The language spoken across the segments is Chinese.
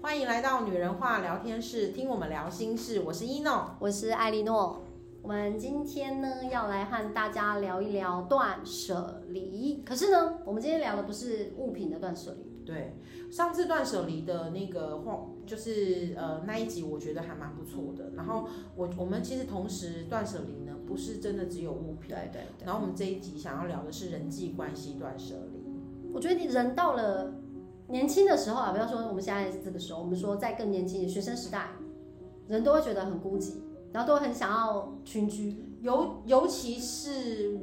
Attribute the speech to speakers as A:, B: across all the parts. A: 欢迎来到女人话聊天室，听我们聊心事。我是一诺，
B: 我是艾莉诺。我们今天呢要来和大家聊一聊断舍离。可是呢，我们今天聊的不是物品的断舍离，
A: 对，上次断舍离的那个话，就是呃那一集，我觉得还蛮不错
B: 嗯
A: 的。然后我我们其实同时断舍离呢，不是真的只有物品。
B: 对
A: 然后我们这一集想要聊的是人际关系断舍离。
B: 我觉得人到了年轻的时候啊，不要说我们现在这个时候，我们说在更年轻的学生时代，人都会觉得很孤寂，然后都会很想要群居。
A: 尤尤其是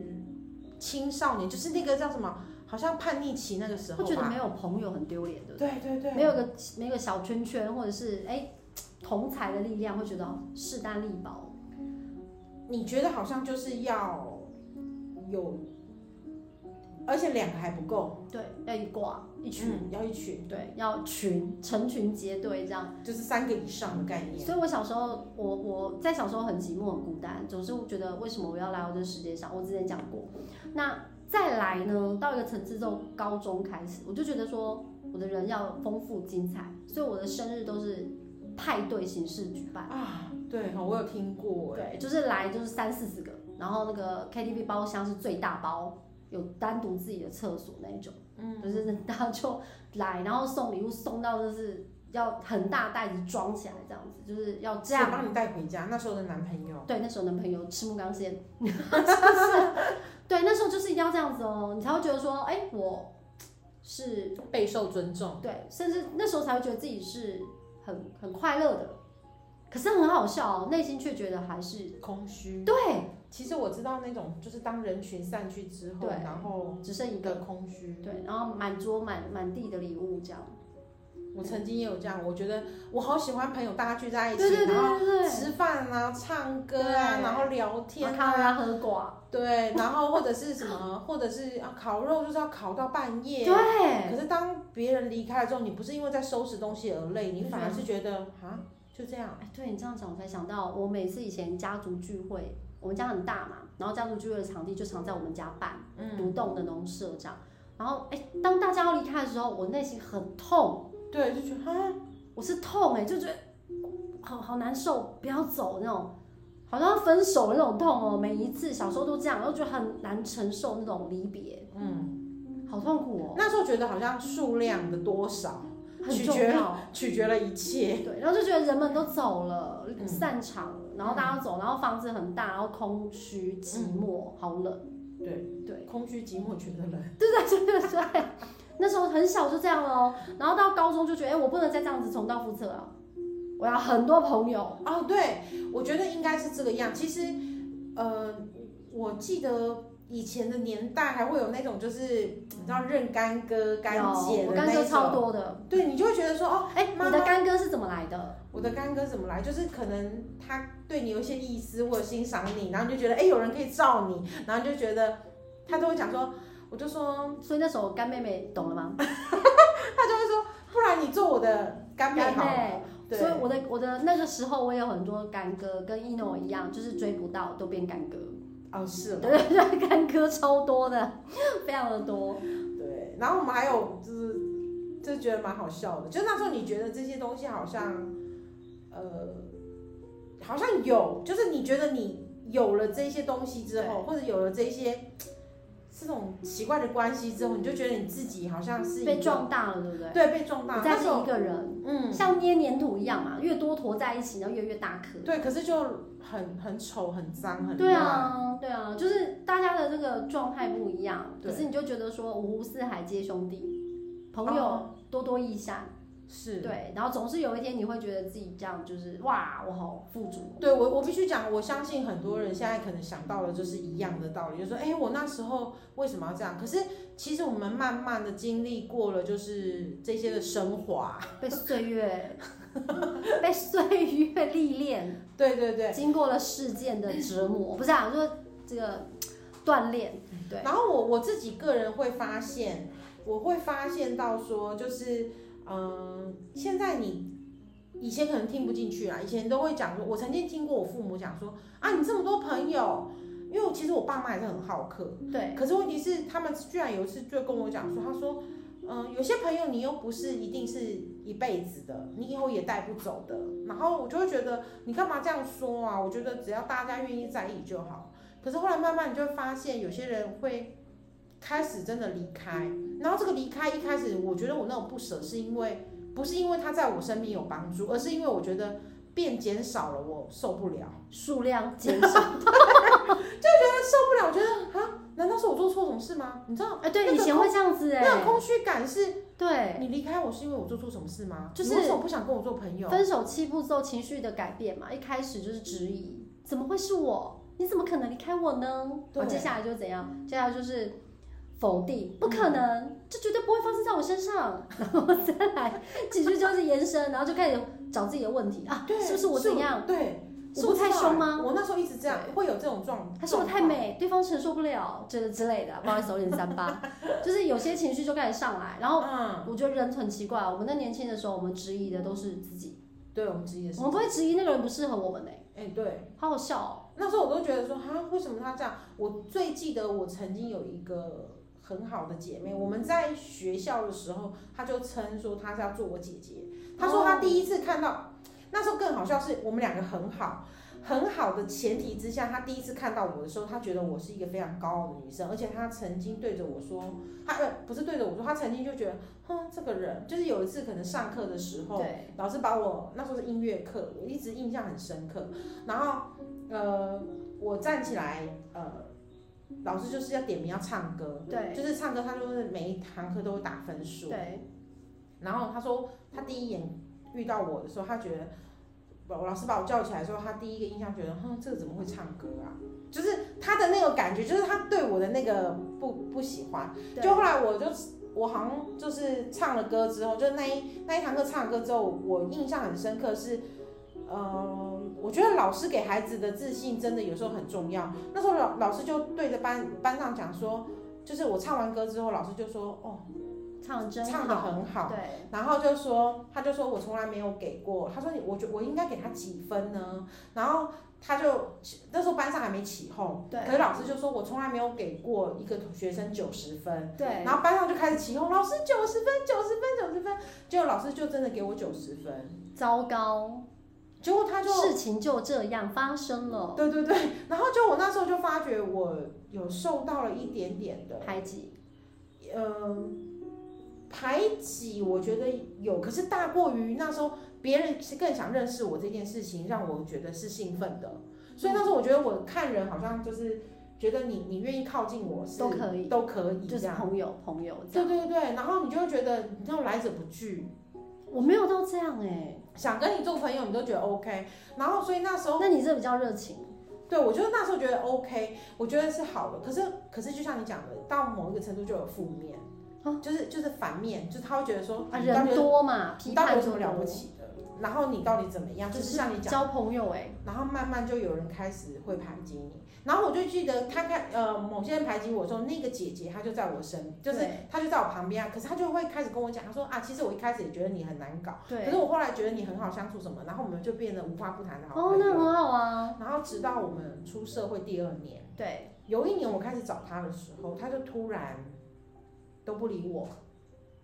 A: 青少年，就是那个叫什么，好像叛逆期那个时候
B: 会觉得
A: 吧。
B: 没有朋友很丢脸，对不
A: 对对对
B: 对？没有个没有个小圈圈，或者是哎、同才的力量，会觉得哦势单力薄。
A: 你觉得好像就是要有，而且两个还不够，
B: 对，要一挂一群，
A: 嗯要一群，
B: 对，要群成群结队这样。
A: 就是三个以上的概念。
B: 所以我小时候，我我在小时候很寂寞很孤单，总是觉得为什么我要来到这世界上？我之前讲过。那再来呢，到一个层次之后，高中开始，我就觉得说我的人要丰富精彩，所以我的生日都是派对形式举办。
A: 啊，对哦，我有听过哎，
B: 对，就是来就是三四十个，然后那个 KTV 包厢是最大包，有单独自己的厕所那一种，嗯，就是大家就来，然后送礼物送到就是要很大袋子装起来这样子，就是要哦这
A: 谁
B: 样。
A: 帮你带回家。那时候的男朋友，
B: 对，那时候男朋友吃木刚先， 就是对，那时候就是一定要这样子哦，你才会觉得说，哎、我是
A: 备受尊重。
B: 对，甚至那时候才会觉得自己是很很快乐的，可是很好笑哦，内心却觉得还是
A: 空虚，
B: 对，
A: 其实我知道那种，就是当人群散去之后，
B: 对
A: 然后
B: 只剩一
A: 一个
B: 个
A: 空虚。
B: 对，然后满桌满满地的礼物这样。嗯
A: 我曾经也有这样，我觉得我好喜欢朋友大家聚在一
B: 对
A: 起，
B: 对对对
A: 然后
B: 对，
A: 吃饭啊、唱歌啊，
B: 对
A: 然后聊天
B: 然后看到
A: 啊，
B: 他喝寡，
A: 对，然后或者是什么， 或者是啊烤肉就是要烤到半夜。
B: 对，哎
A: 可是当别人离开了之后，你不是因为在收拾东西而累，你反而是觉得
B: 嗯
A: 啊就这样。
B: 哎，对你这样讲，我才想到，我每次以前家族聚会，我们家很大嘛，然后家族聚会的场地就常在我们家办，
A: 嗯
B: 独栋的农舍这样。然后，哎，当大家要离开的时候，我内心很痛，
A: 对，就觉得啊，
B: 我是痛哎、就觉得好好难受，不要走那种，好像要分手的那种痛哦。每一次小时候都这样，然后就很难承受那种离别，
A: 嗯，
B: 好痛苦哦，
A: 那时候觉得好像数量的多少
B: 很
A: 取
B: 重
A: 决
B: 要。
A: 取决了一切。
B: 对，然后就觉得人们都走了，
A: 嗯
B: 散场了，然后大家都走，然后房子很大，然后空虚、寂寞、好冷。
A: 嗯对
B: 对，
A: 空虚寂寞觉得冷。
B: 对对对对对，那时候很小就这样哦，然后到高中就觉得，哎，我不能再这样子重蹈覆辙了，我要很多朋友。
A: 哦，对，我觉得应该是这个样。其实，呃，我记得以前的年代还会有那种就是你知道认干哥干姐的
B: 有我
A: 那
B: 干哥
A: 一
B: 超
A: 种，
B: 多的。
A: 对你就会觉得说哦，
B: 哎，
A: 妈
B: 你的干哥是怎么来的？
A: 我的干哥怎么来？就是可能他对你有一些意思，或者欣赏你，然后你就觉得哎、有人可以罩你，然后你就觉得他都会讲说，我就说
B: 所以那时候干妹妹懂了吗？
A: 不然你做我的干妹好了，
B: 妹。
A: 对
B: 所以我的我的那个时候，我也有很多干哥，跟一诺一样，就是追不到都变干哥。
A: 哦是了，
B: 对对对， 干哥超多的，非常的多。
A: 对，然后我们还有就是就觉得蛮好笑的，就那时候你觉得这些东西好像呃好像有，就是你觉得你有了这些东西之后，或者有了这些。这种奇怪的关系之后，你就觉得你自己好像是一个
B: 被壮大了，对不对？
A: 对被壮大。
B: 不
A: 那
B: 再
A: 时
B: 是
A: 候
B: 一个人，
A: 嗯，
B: 像捏黏土一样嘛，越多坨在一起，然后越越大颗。
A: 对，可是就很很丑、很脏、很
B: 对啊，对啊，就是大家的这个状态不一样，
A: 对
B: 可是你就觉得说五湖四海皆兄弟，朋友
A: 哦
B: 多多益善，
A: 乱，是
B: 对，然后总是有一天你会觉得自己这样就是哇，我好富足，
A: 对我我必须讲，我相信很多人现在可能想到的就是一样的道理，就是说，哎，我那时候为什么要这样？可是其实我们慢慢的经历过了，就是这些的升华，
B: 被岁 月被岁月历练，
A: 对对对。
B: 经过了事件的折磨，不是啊，就是这个锻炼，对，
A: 然后我我自己个人会发现，我会发现到说，就是嗯、现在你以前可能听不进去啦，以前都会讲说，我曾经听过我父母讲说，啊，你这么多朋友，因为其实我爸妈也是很好客，
B: 对，
A: 可是问题呃是，他们居然有一次就跟我讲说，他说，嗯、有些朋友你又不是一定是一辈子的，你以后也带不走的。然后我就会觉得你干嘛这样说啊？我觉得只要大家愿意在意就好。可是后来慢慢你就会发现，有些人会开始真的离开，然后这个离开一开始，我觉得我那种不舍是因为不是因为他在我身边有帮助，而是因为我觉得变减少了，我受不了。
B: 数量减少。
A: 不了，我觉得啊，难道是我做错什么事吗？你知道，
B: 哎，对，
A: 那个
B: 以前会这样子哎、
A: 那种空虚感是
B: 对，
A: 你离开我是因为我做错什么事吗？
B: 哎就是
A: 你为什么不想跟我做朋友？
B: 分手七步骤情绪的改变嘛，一开始就是质疑，怎么会是我？你怎么可能离开我呢？哦
A: 对
B: 好，接下来就怎样？接下来就是否定，不可能，这绝对不会发生在我身上。 然后再来情绪就是延伸，然后就开始找自己的问题啊，
A: 对，
B: 是不是我怎样？？
A: 对，
B: 是我
A: 不知道
B: 太凶吗
A: 欸我那时候一直这样，会有这种状，
B: 还是我太
A: 状况？
B: 美，对方承受不了，之类之类的，不好意思，我有点三 八，就是有些情绪就开始上来，然后
A: 嗯，
B: 我觉得人很奇怪，我们在年轻的时候，我们质疑的都是自己，
A: 对我们职业是
B: 我，们不会质疑那个人不适合我们呢、欸
A: 哎，对，
B: 好好笑哦、
A: 那时候我都觉得说，哈，为什么他这样？我最记得我曾经有一个很好的姐妹，我们在学校的时候，她就称说她是要做我姐姐。她说她第一次看到，那时候更好笑是我们两个很好。很好的前提之下，她第一次看到我的时候，她觉得我是一个非常高傲的女生，而且她曾经对着我说，她呃不是对着我说，她曾经就觉得，哼，这个人就是有一次可能上课的时候，
B: 对，
A: 老师把我那时候是音乐课，我一直印象很深刻。然后呃，我站起来，呃，老师就是要点名要唱歌，
B: 对
A: 就是唱歌，他就是每一堂课都会打分数。
B: 对，
A: 然后他说他第一眼遇到我的时候，他觉得。我老师把我叫起来的时候，他第一个印象觉得，哼，这个怎么会唱歌啊？就是他的那个感觉，就是他对我的那个不不喜欢。
B: 对
A: 就后来我就我好像就是唱了歌之后，就那一那一堂课唱了歌之后，我印象很深刻是，呃，我觉得老师给孩子的自信真的有时候很重要。那时候老老师就对着班班上讲说，就是我唱完歌之后，老师就说哦，
B: 唱得真好，
A: 唱的很好。
B: 对，
A: 然后就说，他就说我从来没有给过，他说你，我觉我应该给他几分呢？然后他就那时候班上还没起哄，
B: 对
A: 可是老师就说我从来没有给过一个学生九十分，
B: 对，
A: 然后班上就开始起哄，老师九十分，九十分，九十分。结果老师就真的给我九十分，
B: 糟糕，
A: 结果他就
B: 事情就这样发生了，
A: 对对对，然后就我那时候就发觉我有受到了一点点的，
B: 排挤，
A: 嗯、排挤，我觉得有，可是大过于那时候别人是更想认识我这件事情，让我觉得是兴奋的。所以那时候我觉得我看人好像就是觉得你你愿意靠近我是
B: 都可以
A: 都可以
B: 就
A: 这
B: 是
A: 样，
B: 朋友朋友这
A: 对
B: 样，
A: 对对，然后你就会觉得你知道来者不拒。
B: 我没有到这样哎、
A: 想跟你做朋友，你都觉得 OK。然后所以那时候，
B: 那你这比较热情，
A: 对我就是那时候觉得 OK，我觉得是好的。可是可是就像你讲的，到某一个程度就有负面，
B: 啊
A: 就是就是反面，就是他会觉得说，
B: 啊，
A: 你到底
B: 人
A: 有
B: 多嘛，批
A: 你到底
B: 判
A: 有什
B: 就
A: 么了不
B: 多，
A: 起的？然后你到底怎么样？就是像你讲的，
B: 交朋友哎、
A: 然后慢慢就有人开始会排挤你。然后我就记得他看呃某些人排挤我的时候，那个姐姐她就在我身，就是
B: 对
A: 她就在我旁边啊。可是她就会开始跟我讲，她说啊，其实我一开始也觉得你很难搞。可是
B: 哦对，
A: 我后来觉得你很好相处什么，然后我们就变得无话不谈的好
B: 哦
A: 朋，
B: 那
A: 友。
B: 很好啊，
A: 然后直到我们出社会第二年，
B: 对，
A: 有一年我开始找他的时候，他就突然都不理我。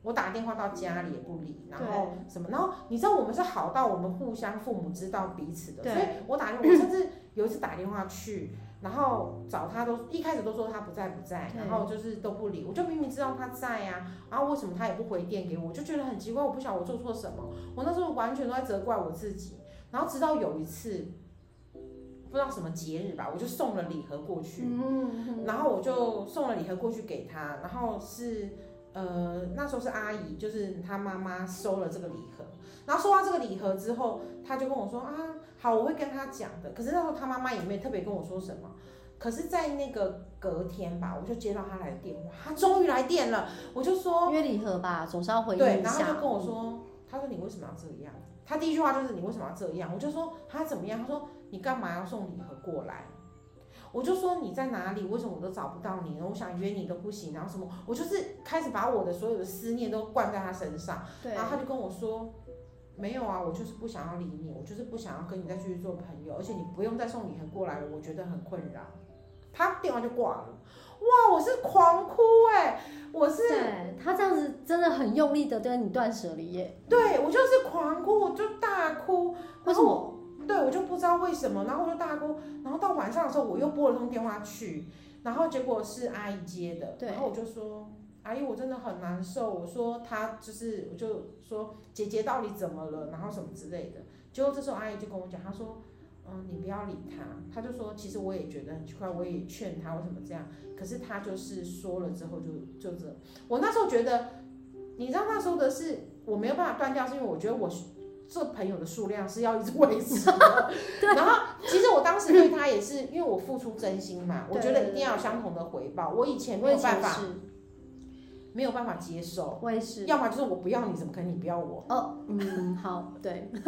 A: 我打电话到家里也不理，然后什么，然后你知道我们是好到我们互相父母知道彼此的，
B: 对
A: 所以我打电话，我甚至有一次打电话去，然后找他都一开始都说他不在不在，
B: 对
A: 然后就是都不理，我就明明知道他在呀、然后为什么他也不回电给我，我就觉得很奇怪，我不晓得我做错什么，我那时候完全都在责怪我自己，然后直到有一次，不知道什么节日吧，我就送了礼盒过去，
B: 嗯，
A: 然后我就送了礼盒过去给他，然后是呃那时候是阿姨，就是他妈妈收了这个礼盒，然后收到这个礼盒之后，他就跟我说啊，好，我会跟他讲的。可是那时候他妈妈也没有特别跟我说什么。可是，在那个隔天吧，我就接到他来的电话，他终于来电了，我就说，
B: 约礼盒吧，总是要回应
A: 哦对，
B: 一
A: 然后他
B: 下，嗯
A: 就跟我说，他说你为什么要这样？他第一句话就是你为什么要这样？我就说他怎么样？他说你干嘛要送礼盒过来？我就说你在哪里？为什么我都找不到你呢？我想约你都不行，然后什么？我就是开始把我的所有的思念都灌在他身上，
B: 对
A: 然后他就跟我说。没有啊，我就是不想要理你，我就是不想要跟你再继续做朋友，而且你不用再送礼盒过来了，我觉得很困扰。他电话就挂了，哇，我是狂哭哎、我是
B: 对他这样子真的很用力的跟你断舍离耶。
A: 对我就是狂哭，我就大哭，
B: 为
A: 然
B: 什
A: 后
B: 么？
A: 对，我就不知道为什么，然后我就大哭，然后到晚上的时候我又拨了通电话去，然后结果是阿姨接的，
B: 对
A: 然后我就说阿姨我真的很难受，我说她就是我就说姐姐到底怎么了，然后什么之类的，结果这时候阿姨就跟我讲，她说。嗯，你不要理她。她就说，其实我也觉得很奇怪，我也劝她为什么这样，可是她就是说了之后就就这。我那时候觉得，你知道那时候的是我没有办法断掉，是因为我觉得我这朋友的数量是要一直维持 的。然后其实我当时对他也是，因为我付出真心嘛，我
B: 对
A: 觉得一定要有相同的回报。我以前没
B: 我
A: 有
B: 以
A: 办
B: 前
A: 法，
B: 是，
A: 没有办法接受，
B: 我也是。
A: 要么就是我不要你，怎么可能你不要我？
B: 哦，嗯，好，对，
A: 对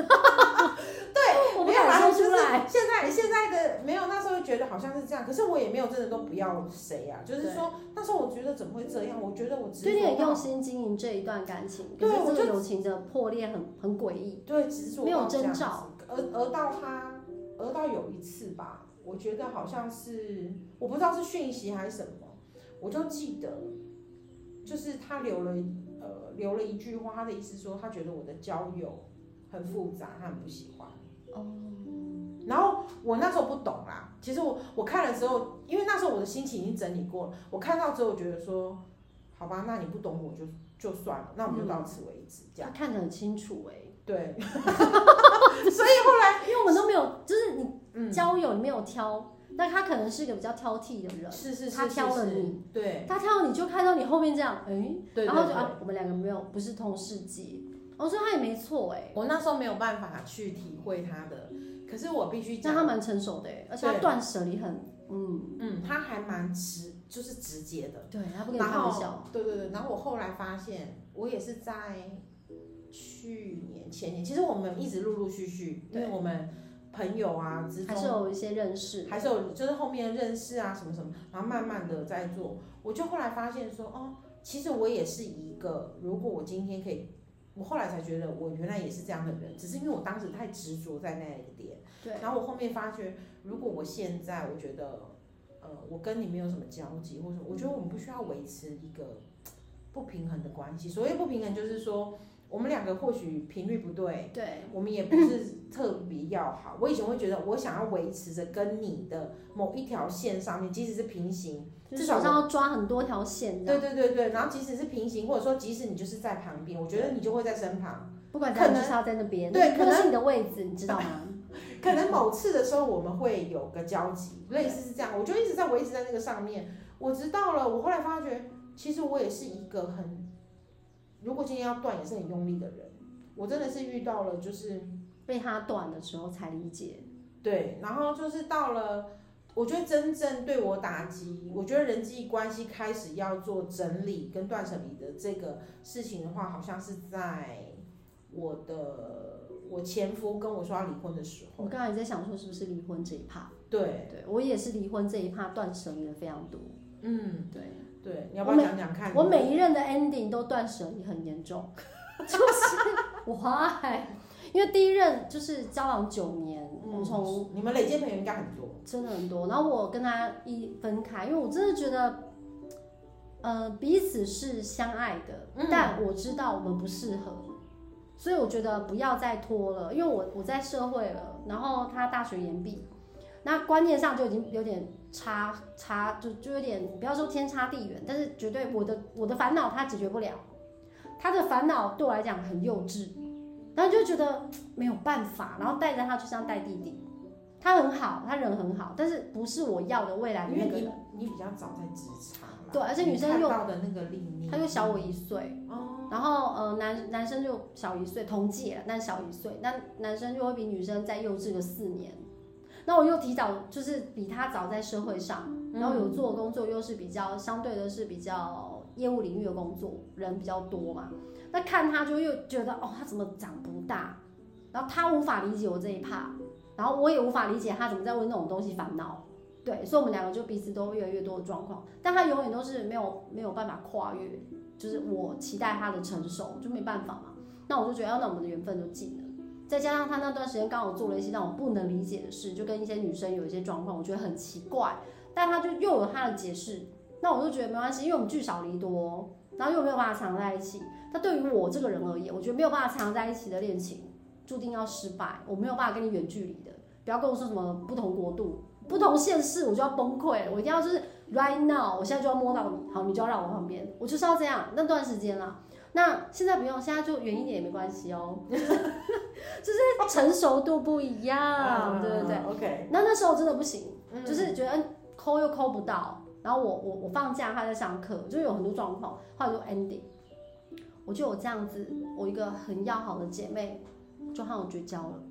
B: 我不
A: 没有啦
B: 敢说
A: 就是
B: 出来。
A: 现在现在的没有，那时候觉得好像是这样，可是我也没有真的都不要谁啊，就是说那时候我觉得怎么会这样？我觉得我执
B: 所以你很
A: 着
B: 用
A: 到
B: 心经营这一段感情，可
A: 对
B: 是
A: 我
B: 这个
A: 就
B: 友情的破裂很很诡异。
A: 对执着
B: 没有
A: 到这样
B: 征
A: 子
B: 兆，
A: 而而到他而到有一次吧，我觉得好像是我不知道是讯息还是什么，我就记得就是他留了呃留了一句话，他的意思说他觉得我的交友很复杂，他很不喜欢。
B: 哦
A: 然后我那时候不懂啦，其实我我看了之后，因为那时候我的心情已经整理过了，我看到之后我觉得说，好吧，那你不懂我就就算了，那我们就到此为止，这
B: 他
A: 样
B: 看得很清楚哎、
A: 对，
B: 因为我们都没有，就是你
A: 嗯，
B: 交友你没有挑，那、他可能是一个比较挑剔的人，
A: 是是是，
B: 他挑了
A: 是是
B: 你
A: 对
B: 他挑了你就看到你后面这样，哎、
A: 对，
B: 然后
A: 对
B: 就
A: 对
B: 啊，我们两个没有不是同世界，我说他也没错哎、
A: 我那时候没有办法去体会他的，可是我必须
B: 那他
A: 讲，
B: 蛮成熟的哎、而且他
A: 对
B: 断舍离很，嗯，
A: 嗯，他还蛮直，就是直接的。
B: 对他不跟你
A: 然
B: 开玩
A: 后
B: 笑，，
A: 对对对，然后我后来发现，我也是在去年、前年，其实我们一直陆陆续续，因为
B: 对
A: 我们朋友啊之
B: 还是
A: 中。
B: 有一些认识，
A: 还是有，就是后面认识啊，什么什么，然后慢慢的在做，我就后来发现说，哦，其实我也是一个，如果我今天可以，我后来才觉得我原来也是这样的人，只是因为我当时太执着在那一个点。
B: 对，
A: 然后我后面发觉，如果我现在我觉得，呃，我跟你没有什么交集，或者我觉得我们不需要维持一个不平衡的关系。所谓不平衡，就是说我们两个或许频率不对，
B: 对，
A: 我们也不是特别要好。我以前会觉得，我想要维持着跟你的某一条线上面，即使是平行，
B: 就是
A: 至少
B: 手
A: 我
B: 上要抓很多条线，
A: 对，对对对，然后即使是平行，或者说即使你就是在旁边，我觉得你就会在身旁。
B: 不管怎样
A: 可
B: 就
A: 能
B: 是要在那边，
A: 对
B: 那
A: 可
B: 个
A: 能
B: 是你的位置，你知道吗？
A: 可能某次的时候我们会有个交集，类似是这样，我就一直在我一直在那个上面，我知道了，我后来发觉，其实我也是一个很，如果今天要断也是很用力的人，我真的是遇到了就是
B: 被他断的时候才理解，
A: 对，然后就是到了，我觉得真正对我打击，我觉得人际关系开始要做整理跟断舍离的这个事情的话，好像是在我的我前夫跟我说要离婚的时
B: 我
A: 候，
B: 刚才也在想说是不是离婚这一趴，
A: 对，
B: 对我也是离婚这一趴断舍离的非常多。
A: 嗯。
B: 对
A: 对，你要不要讲讲看你？
B: 我每一任的 ending 都断舍离很严重， 就是 why？因为第一任就是交往九年，
A: 嗯
B: 我们从
A: 你们累积朋友应该很多，
B: 真的很多。然后我跟他一分开，因为我真的觉得，呃，彼此是相爱的，
A: 嗯
B: 但我知道我们不适合，所以我觉得不要再拖了。因为我我在社会了，然后他大学研毕，那观念上就已经有点差差，就就有点不要说天差地远，但是绝对我的我的烦恼他解决不了，他的烦恼对我来讲很幼稚，然后就觉得没有办法，然后带着他就像带弟弟。他很好，他人很好，但是不是我要的未来的
A: 因为
B: 那个
A: 你
B: 人。
A: 你比较早在职场啦，
B: 对而且女生
A: 你
B: 又
A: 看到的那个历练，
B: 他又小我一岁，
A: 哦，
B: 然后呃男男生就小一岁，同届但小一岁，那男生就会比女生再幼稚个四年。那我又提早，就是比他早在社会上，
A: 嗯
B: 然后有做的工作又是比较相对的是比较业务领域的工作，人比较多嘛。那看他就又觉得哦，他怎么长不大？然后他无法理解我这一趴，然后我也无法理解他怎么在为那种东西烦恼。对，所以我们两个就彼此都越来越多的状况，但他永远都是没有没有办法跨越，就是我期待他的成熟就没办法嘛。那我就觉得，啊那我们的缘分就尽了。再加上他那段时间刚好做了一些让我不能理解的事，就跟一些女生有一些状况，我觉得很奇怪，但他就又有他的解释，那我就觉得没关系，因为我们聚少离多，然后又没有办法常在一起。那对于我这个人而言，我觉得没有办法常在一起的恋情注定要失败，我没有办法跟你远距离的。不要跟我说什么不同国度、不同县市，我就要崩溃了。我一定要就是 right now，我现在就要摸到你，好，你就要让我旁边，我就是要这样那段时间啦。那现在不用，现在就远一点也没关系哦， 就是就是成熟度不
A: 啊
B: 一样，啊对对对。
A: ，OK，
B: 那那时候真的不行，
A: 嗯
B: 就是觉得嗯抠又抠不到，然后我我我放假他在上课，就有很多状况，后来就 ending。我就有这样子，我一个很要好的姐妹就和我绝交了，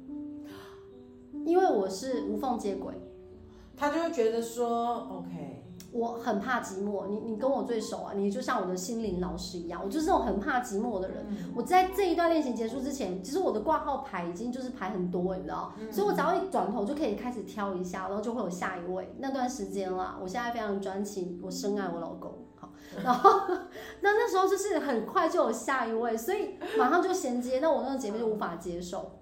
B: 因为我是无缝接轨，
A: 他嗯就会觉得说 OK，
B: 我很怕寂寞。你你跟我最熟啊，你就像我的心灵老师一样，我就是那种很怕寂寞的人。
A: 嗯
B: 我在这一段恋情结束之前，其实我的挂号牌已经就是牌很多，你知道，
A: 嗯
B: 所以我只要一转头就可以开始挑一下，然后就会有下一位。那段时间啦，我现在非常专情，我深爱我老公。好，然后 那那时候就是很快就有下一位，所以马上就衔接。那我那个姐妹就无法接受，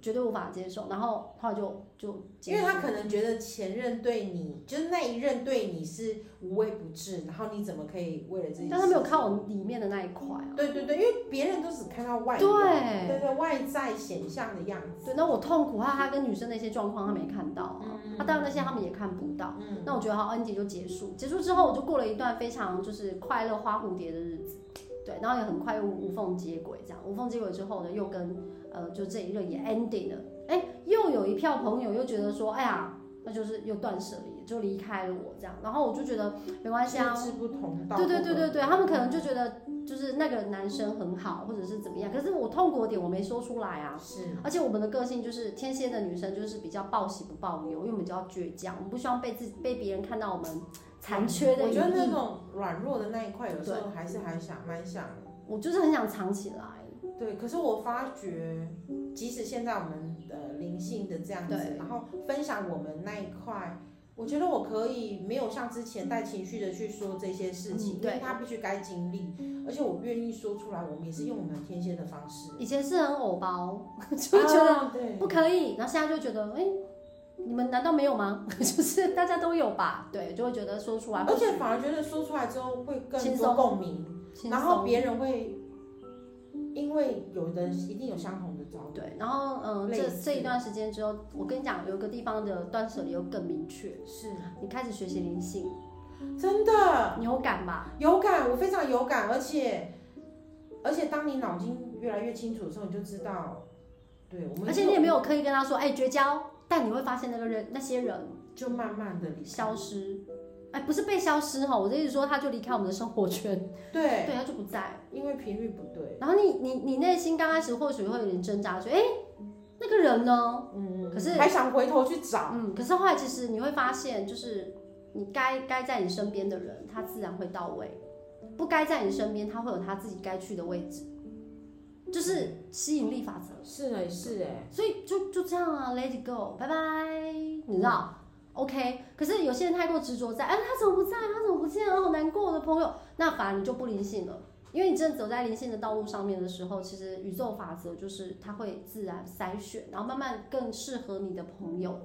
B: 绝对无法接受。然后后来就就结
A: 因
B: 束，
A: 为他可能觉得前任对你，就是那一任对你是无微不至，然后你怎么可以为了自己？
B: 但他没有看我里面的那一块啊。
A: 对对对，因为别人都只看到外表，
B: 对
A: 对对，外在显象的样子。
B: 对，那我痛苦，还有他跟女生那些状况，他没看到啊。那、当然那些他们也看不到。
A: 嗯
B: 那我觉得哦好，恩姐就结束。结束之后，我就过了一段非常就是快乐花蝴蝶的日子，对，然后也很快又无缝接轨，这样无缝接轨之后呢，又跟呃就这一任也 ending 了。哎，又有一票朋友又觉得说，哎呀，那就是又断舍离，就离开了我这样。然后我就觉得没关系啊，
A: 志不同道，
B: 对对对对对，他们可能就觉得就是那个男生很好，或者是怎么样，可是我痛苦的点我没说出来啊。
A: 是
B: 而且我们的个性就是天蝎的女生，就是比较报喜不报忧，因为我们比较倔强，我们不希望被自己被别人看到我们残缺的
A: 我
B: 一
A: 觉得那
B: 面。
A: 种软弱的那一块，有时候还是还想蛮想的。
B: 我就是很想藏起来，
A: 对，可是我发觉，即使现在我们的灵性的这样子
B: 对，
A: 然后分享我们那一块，我觉得我可以没有像之前带情绪的去说这些事情，
B: 嗯
A: 因为
B: 对
A: 它必须该经历，而且我愿意说出来，我们也是用我们天蝎的方式，
B: 以前是很偶包， 就觉得
A: 啊对
B: 不可以，然后现在就觉得，哎、你们难道没有吗？ 就是大家都有吧，对，就会觉得说出来，
A: 而且反而觉得说出来之后会更
B: 轻
A: 多
B: 松
A: 共鸣，
B: 轻松
A: 然后别人会，因为有的人一定有相同的遭遇，
B: 对，然后嗯，
A: 类
B: 这
A: 似
B: 这一段时间之后，我跟你讲，有一个地方的断舍离又更明确，
A: 是
B: 你开始学习灵性，
A: 真的
B: 你有感吧？
A: 有感，我非常有感，而且而且当你脑筋越来越清楚的时候，你就知道，对我们
B: 而且你也没有刻意跟他说，哎、绝交，但你会发现那个人那些人
A: 就慢慢的离
B: 消失，哎、不是被消失哈，我的意思说他就离开我们的生活圈，
A: 对，
B: 对，他就不在。
A: 因为频率不对，
B: 然后你你你内心刚开始或许会有点挣扎，觉得哎、那个人呢？
A: 嗯，啊
B: 可是
A: 还想回头去找，
B: 嗯，可是后来其实你会发现，就是你该该在你身边的人，他自然会到位；不该在你身边，他会有他自己该去的位置，就是吸引力法则。
A: 是哎是哎，
B: 所以就就这样啊，Let it go，拜拜，你知道？OK，可是有些人太过执着在，哎，他怎么不在？他怎么不见了？好难过，我的朋友。那反而你就不灵性了，因为你真的走在灵性的道路上面的时候，其实宇宙法则就是它会自然筛选，然后慢慢更适合你的朋友，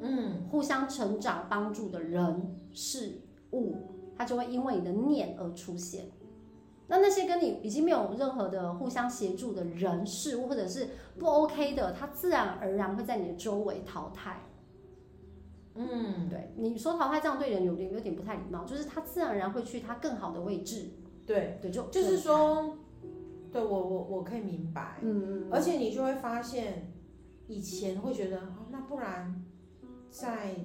A: 嗯，
B: 互相成长帮助的人事物，它就会因为你的念而出现。那那些跟你已经没有任何的互相协助的人事物，或者是不 OK 的，它自然而然会在你的周围淘汰。嗯，对，你说淘汰这样对人有点有点不太礼貌，就是它自然而然会去它更好的位置。
A: 对，
B: 对，就
A: 就是，说，对我我我可以明白，
B: 嗯嗯，
A: 而且你就会发现，以前会觉得哦，那不然再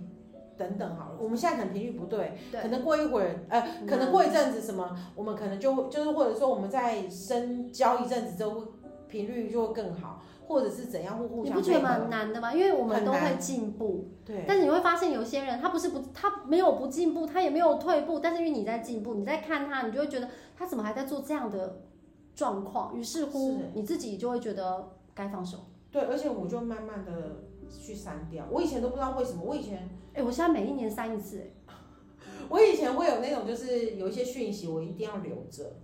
A: 等等好了。我们现在可能频率不对，
B: 对嗯
A: 可能过一会儿，呃，可能过一阵子什么，我们可能就会就是或者说我们在深交一阵子之后，频率就会更好，或者是怎样互互
B: 你
A: 相
B: 不觉得
A: 配合
B: 蛮难的吗？因为我们
A: 很
B: 都会
A: 难
B: 进步，
A: 对，
B: 但是你会发现，有些人他不是不，他没有不进步，他也没有退步，但是因为你在进步，你在看他，你就会觉得他怎么还在做这样的状况，于是乎
A: 是欸
B: 你自己就会觉得该放手。
A: 对，而且我就慢慢的去删掉。我以前都不知道为什么，我以前
B: 哎、我现在每一年删一次、欸，
A: 我以前会有那种，就是有一些讯息我一定要留着，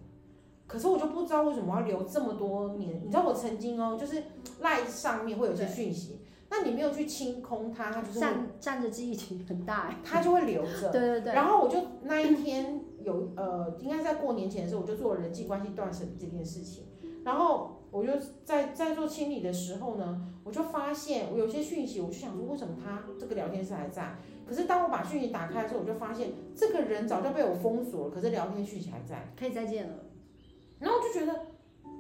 A: 可是我就不知道为什么要留这么多年。你知道我曾经哦，就是赖上面会有一些讯息，那你没有去清空啊它，它就是会
B: 占占着记忆体很大、欸。
A: 它就会留着。
B: 对对对，
A: 然后我就那一天有呃，应该在过年前的时候，我就做了人际关系断舍离这件事情。然后我就在在做清理的时候呢，我就发现我有些讯息，我就想说，为什么他这个聊天室还在？可是当我把讯息打开的时候，我就发现这个人早就被我封锁了，可是聊天讯息还在。
B: 可以再见了。
A: 然后我就觉得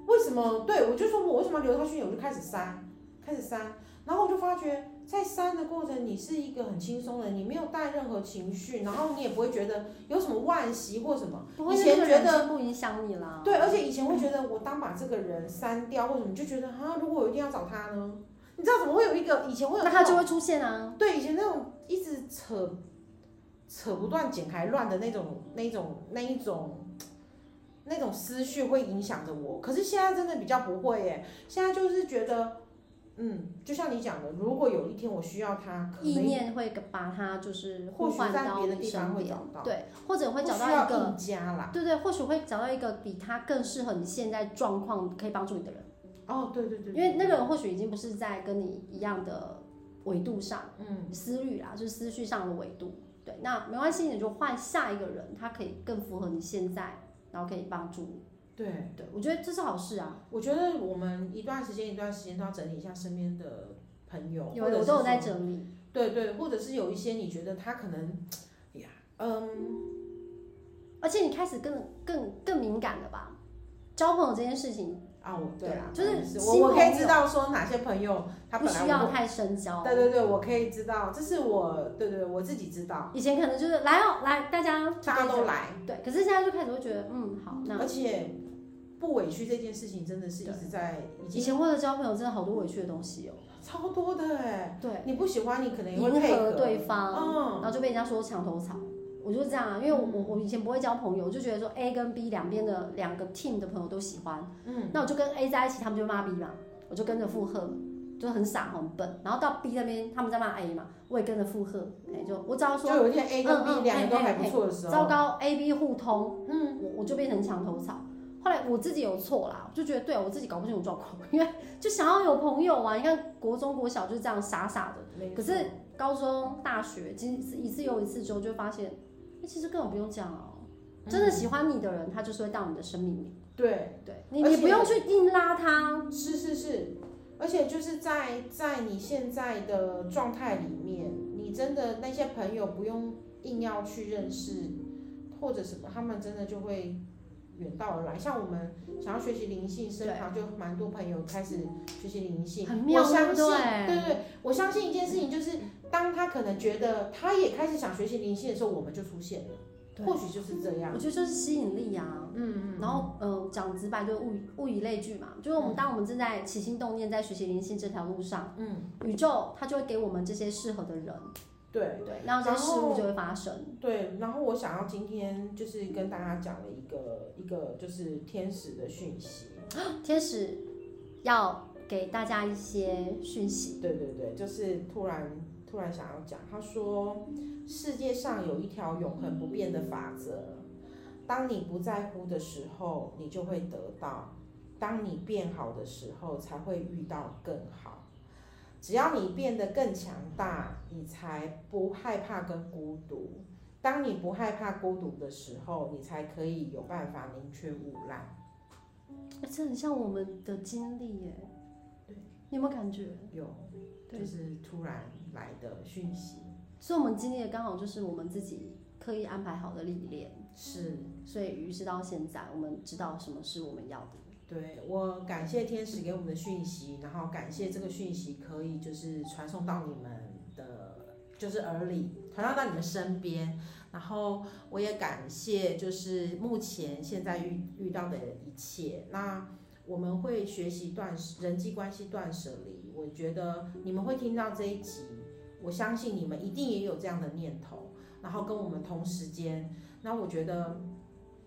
A: 为什么？对我就说我为什么要留他讯息，我就开始删，开始删，然后我就发觉在删的过程，你是一个很轻松的人，你没有带任何情绪，然后你也不会觉得有什么惋惜或什么。
B: 不会，
A: 以前
B: 那个
A: 觉
B: 人
A: 得
B: 生不影响你啦。
A: 对，而且以前会觉得我当把这个人删掉或者什么，就觉得啊，如果我一定要找他呢，你知道怎么会有一个以前会有
B: 那他
A: 那种
B: 就会出现啊。
A: 对以前那种一直扯扯不断、剪开乱的那种、那种、那一种。那种思绪会影响着我，可是现在真的比较不会耶。现在就是觉得，嗯，就像你讲的，如果有一天我需要他，可
B: 意
A: 能
B: 念会把他就是
A: 或
B: 互
A: 许
B: 换
A: 在
B: 到
A: 别的
B: 你
A: 地方
B: 身
A: 会
B: 边
A: 找，到，
B: 对，或者会
A: 不
B: 找
A: 需
B: 到
A: 要
B: 一个，
A: 硬加啦。
B: 对对，或许会找到一个比他更适合你现在状况可以帮助你的人，
A: 哦，对对对，
B: 因为那个人或许已经不是在跟你一样的维度上，
A: 嗯，
B: 思虑啦，就是思绪上的维度。对，那没关系，你就换下一个人，他可以更符合你现在，然后可以帮助你。
A: 对。
B: 对，我觉得这是好事啊。
A: 我觉得我们一段时间一段时间都要整理一下身边的朋友，
B: 有，
A: 或者
B: 我
A: 是
B: 都有在
A: 说
B: 整理。
A: 对对，或者是有一些你觉得他可能，呀，嗯，
B: 而且你开始更更更敏感了吧？交朋友这件事情
A: 啊，我对啊，
B: 就是
A: 当然是我
B: 新
A: 我可以
B: 朋
A: 知
B: 友
A: 道说哪些朋友他
B: 不
A: 本来
B: 需要
A: 我
B: 太深交。
A: 对对对，我可以知道，这是我对对对我自己知道，
B: 以前可能就是来哦，来大家
A: 大家都来，
B: 对，可是现在就开始会觉得，嗯，好，那
A: 而且不委屈这件事情真的是一
B: 对
A: 直在已
B: 以
A: 经
B: 前为了交朋友，真的好多委屈的东西哦。
A: 超多的哎，
B: 对，
A: 你不喜欢你可能也会
B: 迎
A: 配
B: 合
A: 合
B: 对方，然
A: 嗯，
B: 后就被人家说墙头草。我就这样啊，因为我我我以前不会交朋友，我就觉得说 A 跟 B 两边的两个 team 的朋友都喜欢，
A: 嗯，
B: 那我就跟 A 在一起，他们就骂 B 嘛，我就跟着附和，就很傻很笨。然后到 B 那边，他们在骂 A 嘛，我也跟着附和，哎、就我只要
A: 就
B: 说
A: 有一天 A 跟
B: 嗯
A: B
B: 嗯
A: 两个都
B: 嘿
A: 还
B: 嘿
A: 不
B: 嘿
A: 错的时候，
B: 糟糕 A B 互通，
A: 嗯，
B: 我我就变成墙头草。后来我自己有错啦，我就觉得对我自己搞不清楚状况，因为就想要有朋友啊。你看国中国小就是这样傻傻的，
A: 没
B: 可
A: 错
B: 是高中大学经一次又一次之后，就会发现，哎、其实根本不用讲哦、真的喜欢你的人，他就是会到你的生命里。
A: 嗯对。
B: 对你，
A: 而
B: 你
A: 且
B: 不用去硬拉他。
A: 是是是，而且就是在在你现在的状态里面，你真的那些朋友不用硬要去认识或者什么，他们真的就会远道而来。像我们想要学习灵性，身旁就蛮多朋友开始学习灵性，
B: 很妙
A: 我相
B: 对不
A: 信，
B: 对
A: 对对，我相信一件事情就是，当他可能觉得他也开始想学习灵性的时候，我们就出现了，
B: 对
A: 或许就是这样
B: 我。觉得就是吸引力啊。
A: 嗯
B: 然后，呃，讲直白就是物以物以类聚嘛，就是我们当我们正在起心动念，在学习灵性这条路上，
A: 嗯，
B: 宇宙它就会给我们这些适合的人，
A: 对。
B: 对，然后这些事
A: 然
B: 物
A: 后
B: 就会发生。
A: 对，然后我想要今天就是跟大家讲的一个一个就是天使的讯息，
B: 天使要给大家一些讯息，
A: 对对对，就是突然突然想要讲，他说世界上有一条永恒不变的法则，当你不在乎的时候，你就会得到；当你变好的时候，才会遇到更好。只要你变得更强大，你才不害怕跟孤独。当你不害怕孤独的时候，你才可以有办法宁缺毋滥。
B: 哎这很像我们的经历耶，你有没有感觉？
A: 有，
B: 对
A: 就是突然来的讯息，
B: 所以我们经历的刚好就是我们自己刻意安排好的历练，
A: 是
B: 所以于是到现在，我们知道什么是我们要的。
A: 对我感谢天使给我们的讯息，然后感谢这个讯息可以就是传送到你们的，就是耳里，传送到你们身边。然后我也感谢就是目前现在遇遇到的一切。那我们会学习断舍人际关系断舍离，我觉得你们会听到这一集，我相信你们一定也有这样的念头，然后跟我们同时间。那我觉得，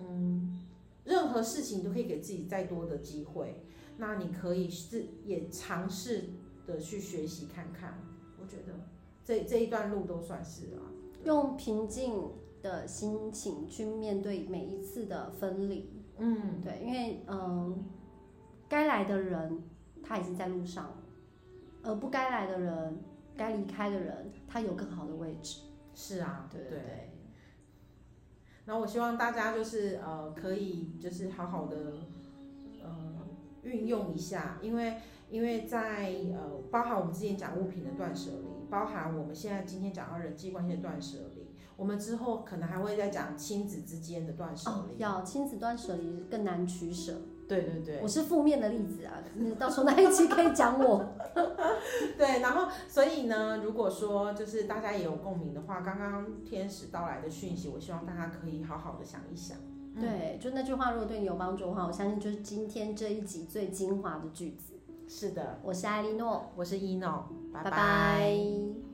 A: 嗯。任何事情都可以给自己再多的机会。那你可以是也尝试的去学习看看，我觉得这这一段路都算是啊。
B: 用平静的心情去面对每一次的分离。
A: 嗯，
B: 对，因为嗯，该来的人他已经在路上了，而不该来的人、该离开的人，他有更好的位置。
A: 是啊，
B: 对
A: 对
B: 对对
A: 然后我希望大家就是呃，可以就是好好的呃运用一下，因为因为在呃，包含我们之前讲物品的断舍离，包含我们现在今天讲到人际关系的断舍离，我们之后可能还会再讲亲子之间的断舍
B: 哦，
A: 离。
B: 要亲子断舍离更难取舍。
A: 对对对
B: 我，是负面的例子啊， 你到时候那一期可以讲我。
A: 对，然后所以呢，如果说就是大家也有共鸣的话，刚刚天使到来的讯息，我希望大家可以好好的想一想。嗯
B: 对，就那句话，如果对你有帮助的话，我相信就是今天这一集最精华的句子。
A: 是的，
B: 我是艾莉诺，
A: 我是一诺，拜
B: 拜拜